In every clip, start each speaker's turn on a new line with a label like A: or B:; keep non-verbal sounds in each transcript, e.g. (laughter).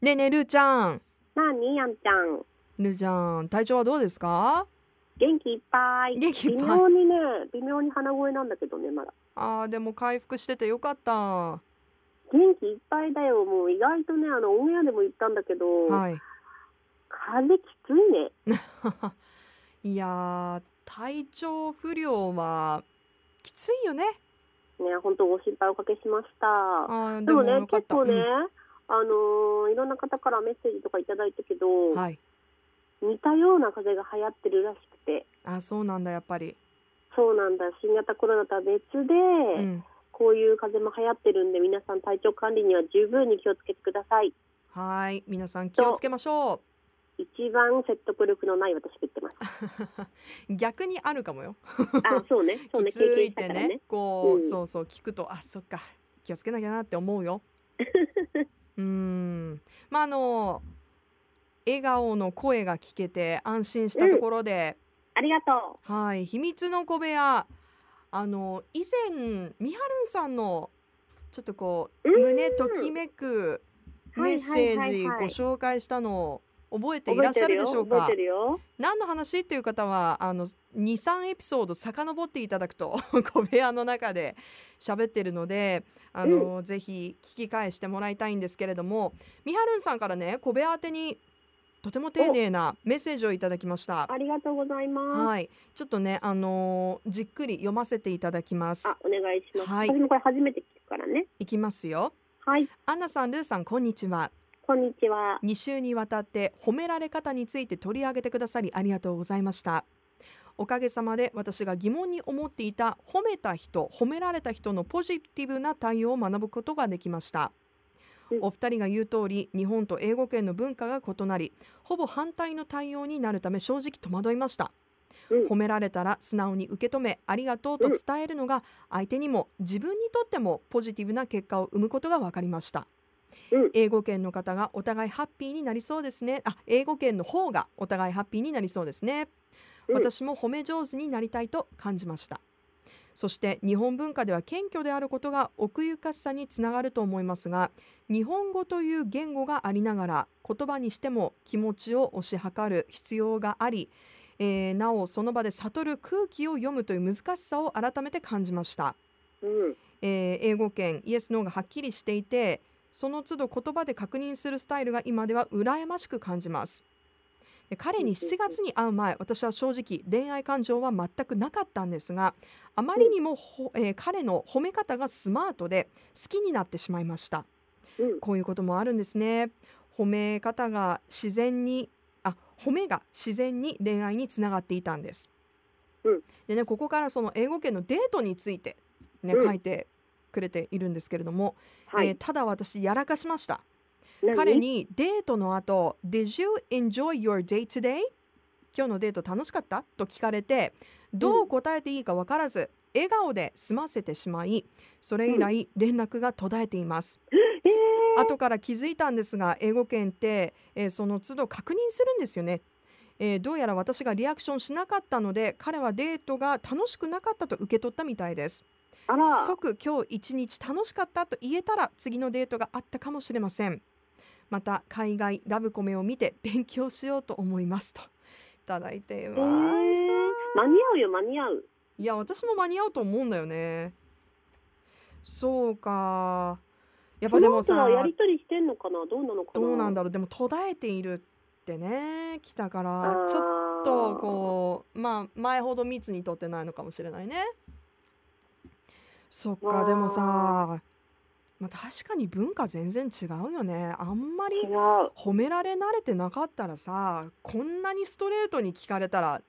A: ねえねえルーちゃん
B: なあにやんちゃん
A: ルーちゃん体調はどうですか
B: 元気いっぱい
A: 元気いっぱい
B: 微妙にね微妙に鼻声なんだけどねまだ
A: あーでも回復しててよかったは
B: 元気いっぱいだよもう意外とねあのオンエアでも言ったんだけど、
A: い (laughs)
B: 風邪きついね
A: いやー体調不良はきついよね
B: ね本当ご心配おかけしました
A: あー
B: でもね
A: よかっ
B: 結
A: た
B: 構ね、あのーいろんな方からメッセージとかいただいたけど、
A: うんはい
B: 似たような風邪が流行ってるらしくて
A: あそうなんだやっぱり
B: そうなんだ新型コロナとは別で、
A: うん
B: こういう風邪も流行ってるんで皆さん体調管理には十分に気をつけてください
A: はーい皆さん気をつけましょ
B: 一番説得力のない私が言ってます
A: (laughs) う (laughs) 逆にあるかもよ
B: あそうねそうね
A: きつ
B: 経験
A: いっ
B: した
A: て
B: から
A: ね
B: ね
A: こう、
B: うん
A: そうそう聞くとあそっか気をつけなきゃなって思うよ
B: (laughs)
A: うーんまああの笑顔の声が聞けて安心したところで、
B: ありがと
A: はい秘密の小部屋あの以前みはるんさんのちょっとこう
B: うん
A: 胸ときめく
B: は
A: メッ
B: い
A: セ
B: は
A: ー
B: いはい
A: ジご
B: はい
A: 紹介したのを覚え
B: う
A: ていらっしゃるでしょうか
B: 覚えてるよ
A: 何の話っていう方はあの23エピソード遡っていただくと (laughs) 小部屋の中で喋ってるのであの、ぜひ聞き返してもらいたいんですけれどもみはるんさんからね小部屋宛てにとても丁寧なメッセージをいただきました
B: 覚えてるよありがとうございます
A: はいちょっとねあのーじっくり読ませていただきます
B: あお願いします、
A: はい
B: 私もこれ初めて聞くからね
A: いきますよ
B: はい
A: アンナさんルーさんこんにちは
B: こんにちは
A: 2週にわたって褒められ方について取り上げてくださりありがとうございましたおかげさまで私が疑問に思っていた褒めた人褒められた人のポジティブな対応を学ぶことができました
B: うん
A: お二人が言う通り日本と英語圏の文化が異なりほぼ反対の対応になるため正直戸惑いました
B: うん
A: 褒められたら素直に受け止めありがとうと伝えるのが相手にも自分にとってもポジティブな結果を生むことが分かりました、
B: うん
A: 英語圏の方がお互いハッピーになりそうですねあ英語圏の方がお互いハッピーになりそうですね、
B: うん
A: 私も褒め上手になりたいと感じましたそして日本文化では謙虚であることが奥ゆかしさにつながると思いますが日本語という言語がありながら言葉にしても気持ちを推し量る必要があり、えーなおその場で悟る空気を読むという難しさを改めて感じました、
B: うん
A: えー英語圏イエス・ノーがはっきりしていてその都度言葉で確認するスタイルが今では羨ましく感じますで彼に7月に会う前私は正直恋愛感情は全くなかったんですがあまりにもほ、えー彼の褒め方がスマートで好きになってしまいました
B: うん
A: こういうこともあるんですね。褒め方が自然に、あ、褒めが自然に恋愛につながっていたんです。
B: うん
A: でね、ここからその英語圏のデートについて、ね、
B: うん
A: 書いてくれているんですけれども、
B: はい、
A: えーただ私やらかしました。
B: 何
A: 彼にデートの後、Did you enjoy your day today? 今日のデート楽しかったと聞かれて、どう答えていいかわからず、笑顔で済ませてしまい、それ以来連絡が途絶えています。
B: え
A: 後から気づいたんですが英語圏って、えーその都度確認するんですよね、えーどうやら私がリアクションしなかったので彼はデートが楽しくなかったと受け取ったみたいです
B: ーあら
A: 即今日一日楽しかったと言えたら次のデートがあったかもしれませんまた海外ラブコメを見て勉強しようと思いますといただいていま
B: えー間に合うよ間に合う
A: いや私も間に合うと思うんだよねそうかやっぱ
B: そ
A: で
B: の
A: も
B: 後
A: さ
B: はやりとりしてんのかなどうなのかな
A: どうなんだろうでも途絶えているってね来たか
B: あ
A: ら
B: ー
A: ちょっとこうまあ前ほど密にとってないのかもしれないねそっか
B: わー
A: でもさまあ確かに文化全然違うよねあんまり
B: 違う
A: 褒められ慣れてなかったらさこんなにストレートに聞かれたら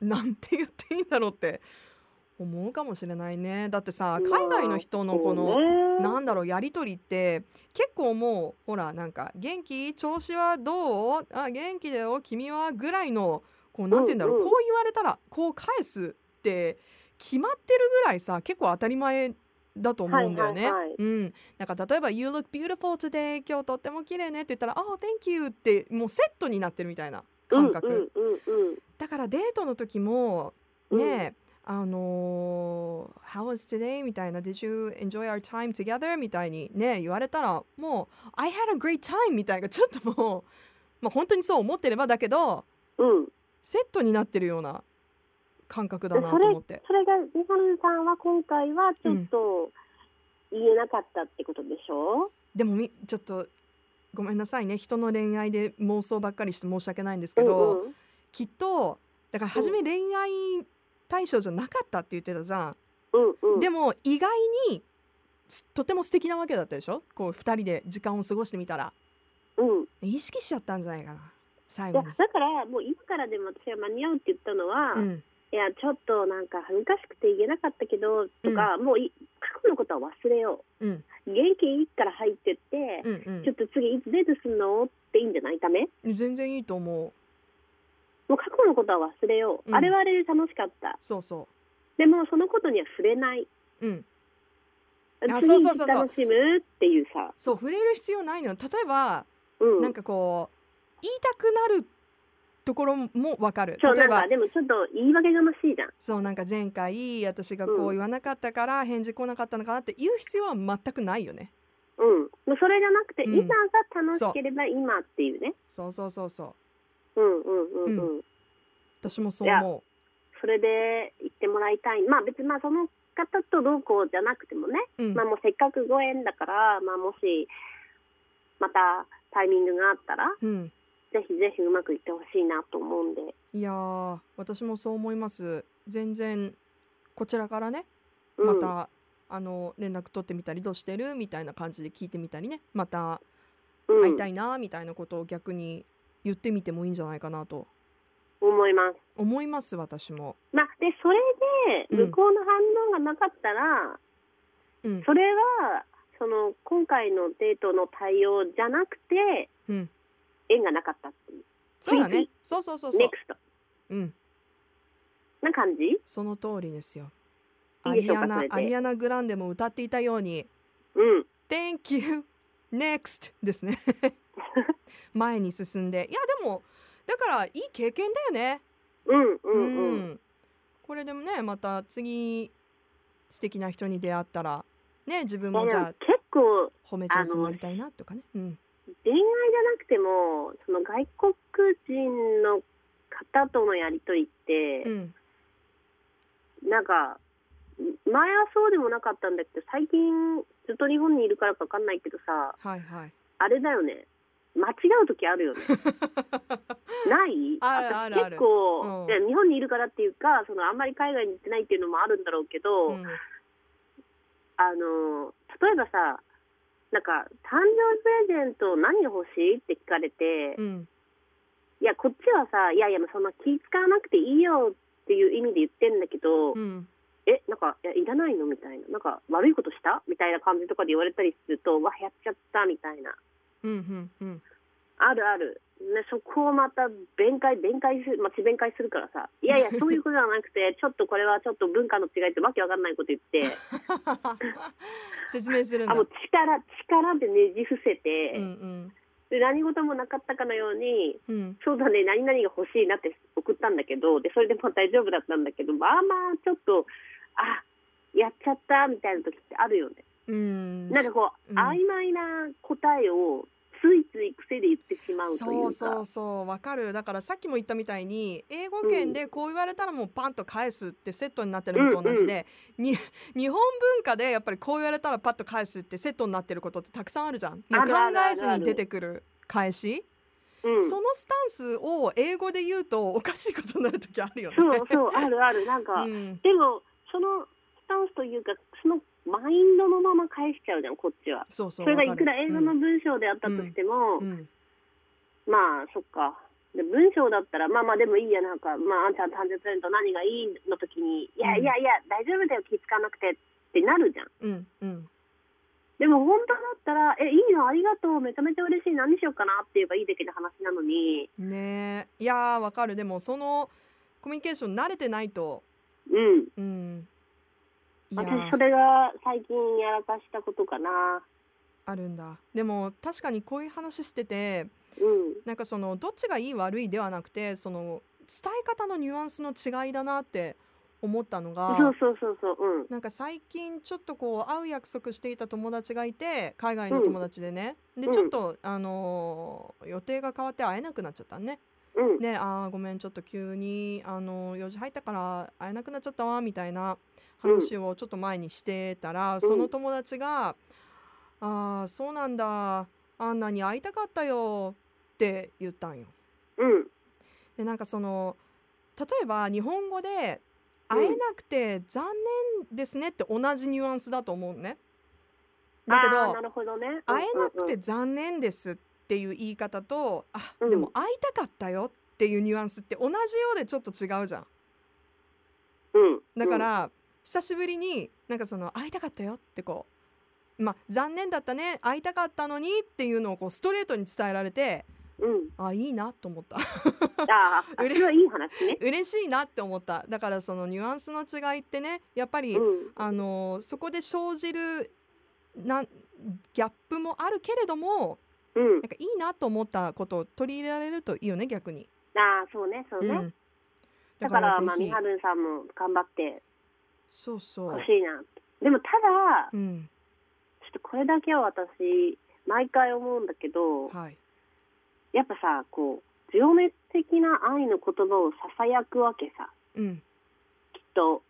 A: なんて言っていいんだろうって思うかもしれないねだってさ
B: うわー
A: 海外の人のこの
B: そうね
A: なんだろうやり取りって結構もうほらなんか「元気調子はどうあ元気だよ君は」ぐらいのこうなんて言うんだろう、
B: うんうん
A: こう言われたらこう返すって決まってるぐらいさ結構当たり前だと思うんだよね。
B: はいはいはい
A: うん、なんか例えば「You look beautiful today 今日とっても綺麗ね」って言ったら「あ、oh, Thank you」ってもうセットになってるみたいな感覚。
B: うんうんうんうん
A: だからデートの時も
B: うん
A: ねえ、あのー How was today? みたいな Did you enjoy our time together? みたいにね言われたらもう I had a great time みたいなちょっともう、まあ、本当にそう思ってればだけど
B: うん。
A: セットになってるような感覚だなと
B: それ
A: 思って
B: それがリサルさんは今回はちょっと言えなかったってことでしょ、
A: でもみちょっとごめんなさいね人の恋愛で妄想ばっかりして申し訳ないんです
B: う
A: け
B: ん、
A: ど、
B: うん
A: きっとだから初め恋愛対象じゃなかったって言ってたじゃん、
B: うんうん
A: でも意外にすとても素敵なわけだったでしょこう2人で時間を過ごしてみたら
B: うん
A: 意識しちゃったんじゃないかな最
B: いや
A: 後に。
B: だからもう今からでも私は間に合うって言ったのは、
A: うん
B: いやちょっとなんか恥ずかしくて言えなかったけどとか、もうい過去のことは忘れよ
A: うん
B: う元気いいから入ってって、
A: うん
B: ちょっと次いつデートすんのっていいんじゃないダメ
A: うん、全然いいと思う
B: もう過去のことは忘れよう、
A: うん
B: あれはあれで楽しかった
A: そうそ
B: でもそのことには触れない
A: うんあ
B: 次
A: そう
B: に
A: そうそうそう
B: 楽しむっていうさ
A: うそう触れる必要ないのよ例えば、
B: うん
A: なんかこう言いたくなるところも分かる
B: そう
A: 例
B: な
A: え
B: ん
A: ば
B: かでもちょっと言い訳がましいじゃん
A: そうなんか前回私がこう
B: うん
A: 言わなかったから返事来なかったのかなって言う必要は全くないよね。
B: うんもうそれじゃなくて、
A: うん
B: 今が楽しければ今っていうね
A: そうそうそうそう。
B: うんうんうんうん、
A: 私もそう思
B: それで言ってもらいたいまあ別にまあその方とどうこうじゃなくてもね、
A: う。うん
B: まあもうせっかくご縁だからまあもしまたタイミングがあったら
A: うん。
B: ぜひぜひうまくいってほしいなと思うんで
A: いやー私もそう思います。全然こちらからね
B: う
A: ま
B: ん、
A: た、あの連絡取ってみたりどうしてるみたいな感じで聞いてみたりねまた
B: うん、
A: 会いたいなみたいなことを逆に言ってみてもいいんじゃないかなと
B: 思います
A: 思います私も。
B: まあでそれ
A: う
B: で
A: ん
B: 向こうの反応がなかったら、
A: うん
B: それはその今回のデートの対応じゃなくて
A: うん。
B: 縁がなかったっていう
A: そうだね
B: Creepy。
A: そうそうそうそう
B: ネク。スト
A: うん。
B: な感じ
A: その通りですよ。ア
B: いい
A: リ
B: でしょうか
A: アナ
B: それで
A: アリアナグランデも歌っていたように
B: うん
A: 「Thank you next」です
B: (laughs)
A: ね前に進んでいやでもだからいい経験だよね。
B: うんうんうん、
A: んこれでもねまた次素敵な人に出会ったらね自分
B: いや
A: も
B: で
A: じ
B: も
A: ゃあ
B: 結構
A: 褒め上手になりたいなとかね。うん、
B: 恋愛じゃなくてもその外国人の方とのやり取りって
A: う、ん、
B: なんか前はそうでもなかったんだけど最近ずっと日本にいるからかわかんないけどさ
A: はい
B: (laughs)
A: はい。
B: あれだよね間違う時あるよねない
A: ある
B: 私
A: あるある
B: 結構、
A: うん
B: いや日本にいるからっていうかそのあんまり海外に行ってないっていうのもあるんだろうけど、
A: うん
B: あの例えばさなんか誕生日プレゼント何欲しいって聞かれて、
A: うん
B: いやこっちはさいやいやそんな気使わなくていいよっていう意味で言ってんだけど、
A: うん
B: えなんかいやいらないのみたいななんか悪いことしたみたいな感じとかで言われたりするとうわやっちゃったみたいな
A: うんうんうん (laughs)
B: あるある、ね、そこをまた弁解弁解する、まあ、弁解するからさいやい
A: (laughs)
B: やそういうことじゃなくてちょっとこれはちょっと文化の違いってわけわかんないこと言って
A: 説明するんだ。
B: あもう力力でねじ伏せて、
A: うんうん
B: で何事もなかったかのように
A: うん
B: そうだね何々が欲しいなって送ったんだけどでそれでも大丈夫だったんだけどまあまあちょっとあやっちゃったみたいな時ってあるよね
A: うん
B: なんかこう、
A: うん
B: 曖昧な答えをついつい癖で言ってしまうという
A: そう
B: か
A: そうそうわかるだからさっきも言ったみたいに英語圏でこう言われたらもうパンと返すってセットになってるのと同じで、に日本文化でやっぱりこう言われたらパッと返すってセットになってることってたくさんあるじゃん。もう
B: あ
A: 考
B: るあるある
A: え
B: ある
A: ずに出てくる返し、
B: うん、
A: そのスタンスを英語で言うとおかしいことになる時あるよね。
B: そうそうあるあるなんか、
A: うん
B: でもそのスタンスというかそのマインドのまま返しちゃうじゃんこっちは
A: そうそ
B: そうれが
A: わ
B: い
A: か
B: く
A: る
B: ら英語の文章であったとしても、
A: うんうん
B: まあそっかで文章だったらまあまあでもいいやなんか、まあ、あんちゃん誕生日プレゼント何がいいの時に「いや
A: うん
B: いやいや大丈夫だよ気使わなくて」ってなるじゃん
A: うんうん
B: でも本当だったら「えいいのありがとうめちゃめちゃ嬉しい何しようかな」って言えばいいだけの話なのに
A: ねえいやーわかるでもそのコミュニケーション慣れてないと、
B: うん
A: うん、いやー
B: 私それが最近やらかしたことかな
A: あるんだでも確かにこういう話してて
B: うん
A: なんかそのどっちがいい悪いではなくてその伝え方のニュアンスの違いだなって思ったのが
B: そうそうそうそううん
A: なんか最近ちょっとこう会う約束していた友達がいて海外の友達でね、で
B: うん
A: ちょっと、あのー予定が変わって会えなくなっちゃったね。
B: (laughs) うん
A: で「あーごめんちょっと急に、あのー用事入ったから会えなくなっちゃったわ」みたいな話をちょっと前にしてたら、その友達が「あーそうなんだアンナに会いたかったよ」って言ったんよ。
B: うん
A: でなんかその例えば日本語で
B: うん
A: 会えなくて残念ですねって同じニュアンスだと思うのね。だけ
B: あー
A: ど
B: なるほどね
A: 会えなく
B: うんうんう
A: て
B: ん
A: 残念ですっていう言い方とあ
B: うん
A: でも会いたかったよっていうニュアンスって同じようでちょっと違うじゃん。
B: うん
A: だから、久しぶりになんかその会いたかったよってこうまあ残念だったね会いたかったのにっていうのをこうストレートに伝えられて
B: うん
A: あいいなと思った (laughs)
B: ああ
A: う
B: そ
A: れ
B: れはいい話ね
A: 嬉しいなって思っただからそのニュアンスの違いってねやっぱり、
B: うん
A: あのそこで生じるなんギャップもあるけれども
B: うん
A: なんかいいなと思ったことを取り入れられるといいよね逆に。
B: ああそうねそうね、
A: うん、
B: だからまあ
A: ぜ
B: み
A: ひ
B: はるんさんも頑張って
A: そうそ
B: ほ
A: う
B: し、いなでもただ
A: うん
B: ちょっとこれだけは私毎回思うんだけど
A: はい、
B: やっぱさこう情熱的な愛の言葉をささやくわけさ
A: うん
B: きっと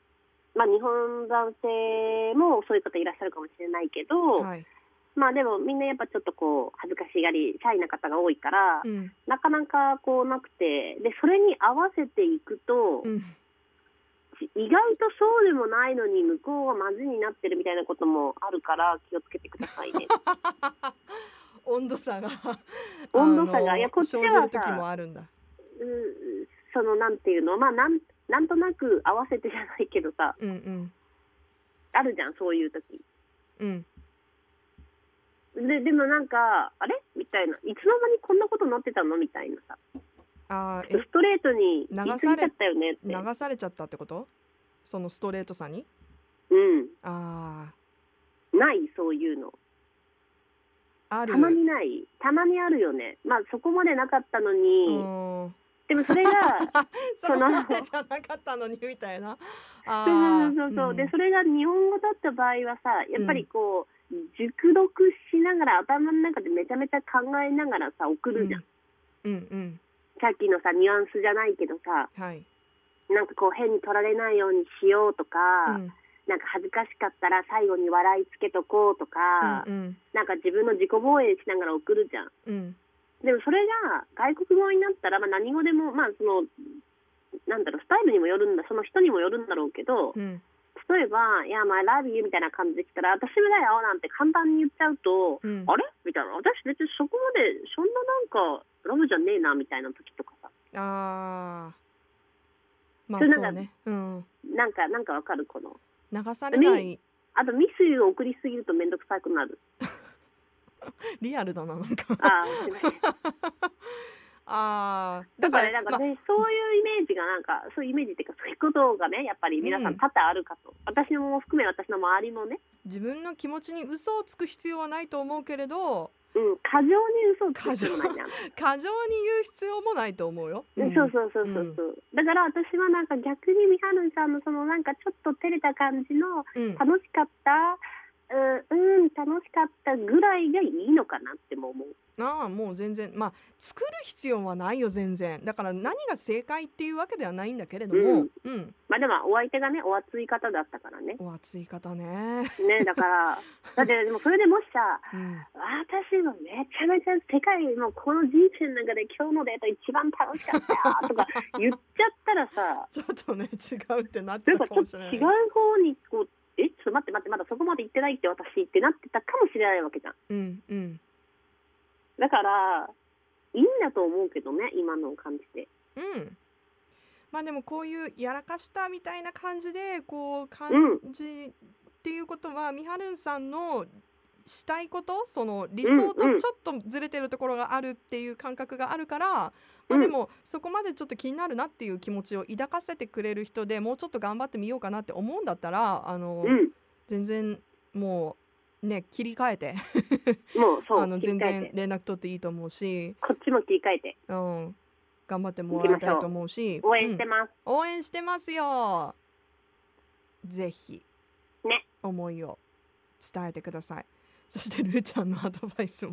B: まあ日本男性もそういう方いらっしゃるかもしれないけど、
A: はい
B: まあでもみんなやっぱちょっとこう恥ずかしがりシャイな方が多いから、
A: うん
B: なかなかこうなくてでそれに合わせていくと、
A: うん
B: 意外とそうでもないのに向こうはまずになってるみたいなこともあるから気をつけてくださいね。
A: (laughs) 温度差が
B: 温度差が
A: あの
B: いやこっちはさ
A: 生じる時もあるんだ
B: うんそのなんていうのまあなんなんとなく合わせてじゃないけどさ
A: うんうん
B: あるじゃんそういう時
A: うん
B: ででもなんかあれみたいないつの間にこんなことになってたのみたいなさ
A: あーえ
B: ストレートに言い過ぎちゃったよねって
A: 流されちゃったってことそのストレートさに
B: う
A: あ
B: んないそういうの
A: あある
B: たまにないたまにあるよねまあそこまでなかったのに、
A: うーん
B: でもそれが
A: (laughs) そこまでじゃなかったのにみたいなあ
B: そう
A: ー
B: そうそうそう、
A: ん
B: でそれが日本語だった場合はさやっぱりこう、熟読しながら頭の中でめちゃめちゃ考えながらさ送るじゃん、
A: うんうん
B: さっきのさニュアンスじゃないけどさ
A: うんはい
B: なんかこう変に取られないようにしようとか、
A: うん
B: なんか恥ずかしかったら最後に笑いつけとこうとか、
A: うん
B: なんか自分の自己防衛しながら送るじゃん。
A: うんうん
B: でもそれが外国語になったら、まあ、何語でも、まあ、そのなんだろうスタイルにもよるんだその人にもよるんだろうけど、
A: うん
B: 例えば「いやまあラビー」みたいな感じで来たら「私ぐらい会おう」なんて簡単に言っちゃうと
A: う
B: 「
A: ん
B: あれ?」みたいな私別にそこまでそんななんかラブじゃねえなみたいな時とかさ
A: ああまあ
B: それなん
A: そ
B: か
A: うねうん
B: なんかなんかわかるこの
A: 流されない
B: あとミスを送りすぎると面倒くさくなる
A: リアルだななんか
B: あーすいま
A: (laughs)
B: せん
A: あー
B: だ
A: だか
B: か
A: ら
B: ね
A: ら
B: なんか、
A: ま
B: ねそういうイメージがなんかそういうイメージっていうかそういうことがねやっぱり皆さ
A: うん
B: ん多々あるかと、私も含め私の周りもね、
A: 自分の気持ちに嘘をつく必要はないと思うけれど
B: うん、過剰に嘘をつく必要もないな
A: 過剰に言う必要もないと思うよ。
B: うん
A: ん
B: そうそうそうそうそう、だから私はなんか逆にみはるさんのそのなんかちょっと照れた感じの
A: うん
B: 楽しかったうん、うん、楽しかったぐらいがいいのかなっても思う
A: ああもう全然まあ作る必要はないよ全然だから何が正解っていうわけではないんだけれども、うん
B: まあでもお相手がねお熱い方だったからね
A: お熱い方ね、
B: ねだから (laughs) だってでもそれでもしさ
A: うん、
B: 私もめちゃめちゃ世界のこの人生の中で今日のデート一番楽しかった (laughs) よとか言っちゃったらさ
A: ちょっとね違うってなって
B: な
A: た
B: ん
A: か
B: かち
A: も
B: ょっ
A: し
B: と
A: れない
B: 違う方にこうえちょっと待って待ってまだそこまで行ってないって私ってなってたかもしれないわけじゃん
A: うんうん
B: だからいいんだと思うけどね今のを感じて
A: うんまあでもこういうやらかしたみたいな感じでこう感じ、っていうことはみはるんさんのしたいことその理想と
B: うんうん
A: ちょっとずれてるところがあるっていう感覚があるから、
B: う
A: まあ、
B: ん
A: でもそこまでちょっと気になるなっていう気持ちを抱かせてくれる人でもうちょっと頑張ってみようかなって思うんだったらあの、
B: うん
A: 全然もうね切り替えて
B: もうそ
A: あ
B: う
A: の
B: 切
A: 全
B: り替え
A: 然
B: て
A: 連絡取っていいと思うし、
B: こっちも切り替えて
A: うん、頑張ってもらいたいと思うし
B: 応援してます、
A: 応援してますよ。ぜひ、
B: ね
A: 思いを伝えてくださいそしてルーちゃんのアドバイスも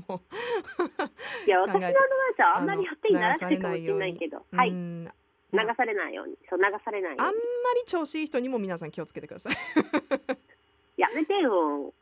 B: いや、私のアドバイスはあんま
A: あの
B: りやってにならなくてかもしれないけど、はい、
A: う
B: 流
A: ん
B: されないように、そう、流されないよ
A: あんま
B: うに。
A: り調子いい人にも皆さん気をつけてください。
B: やめてよ。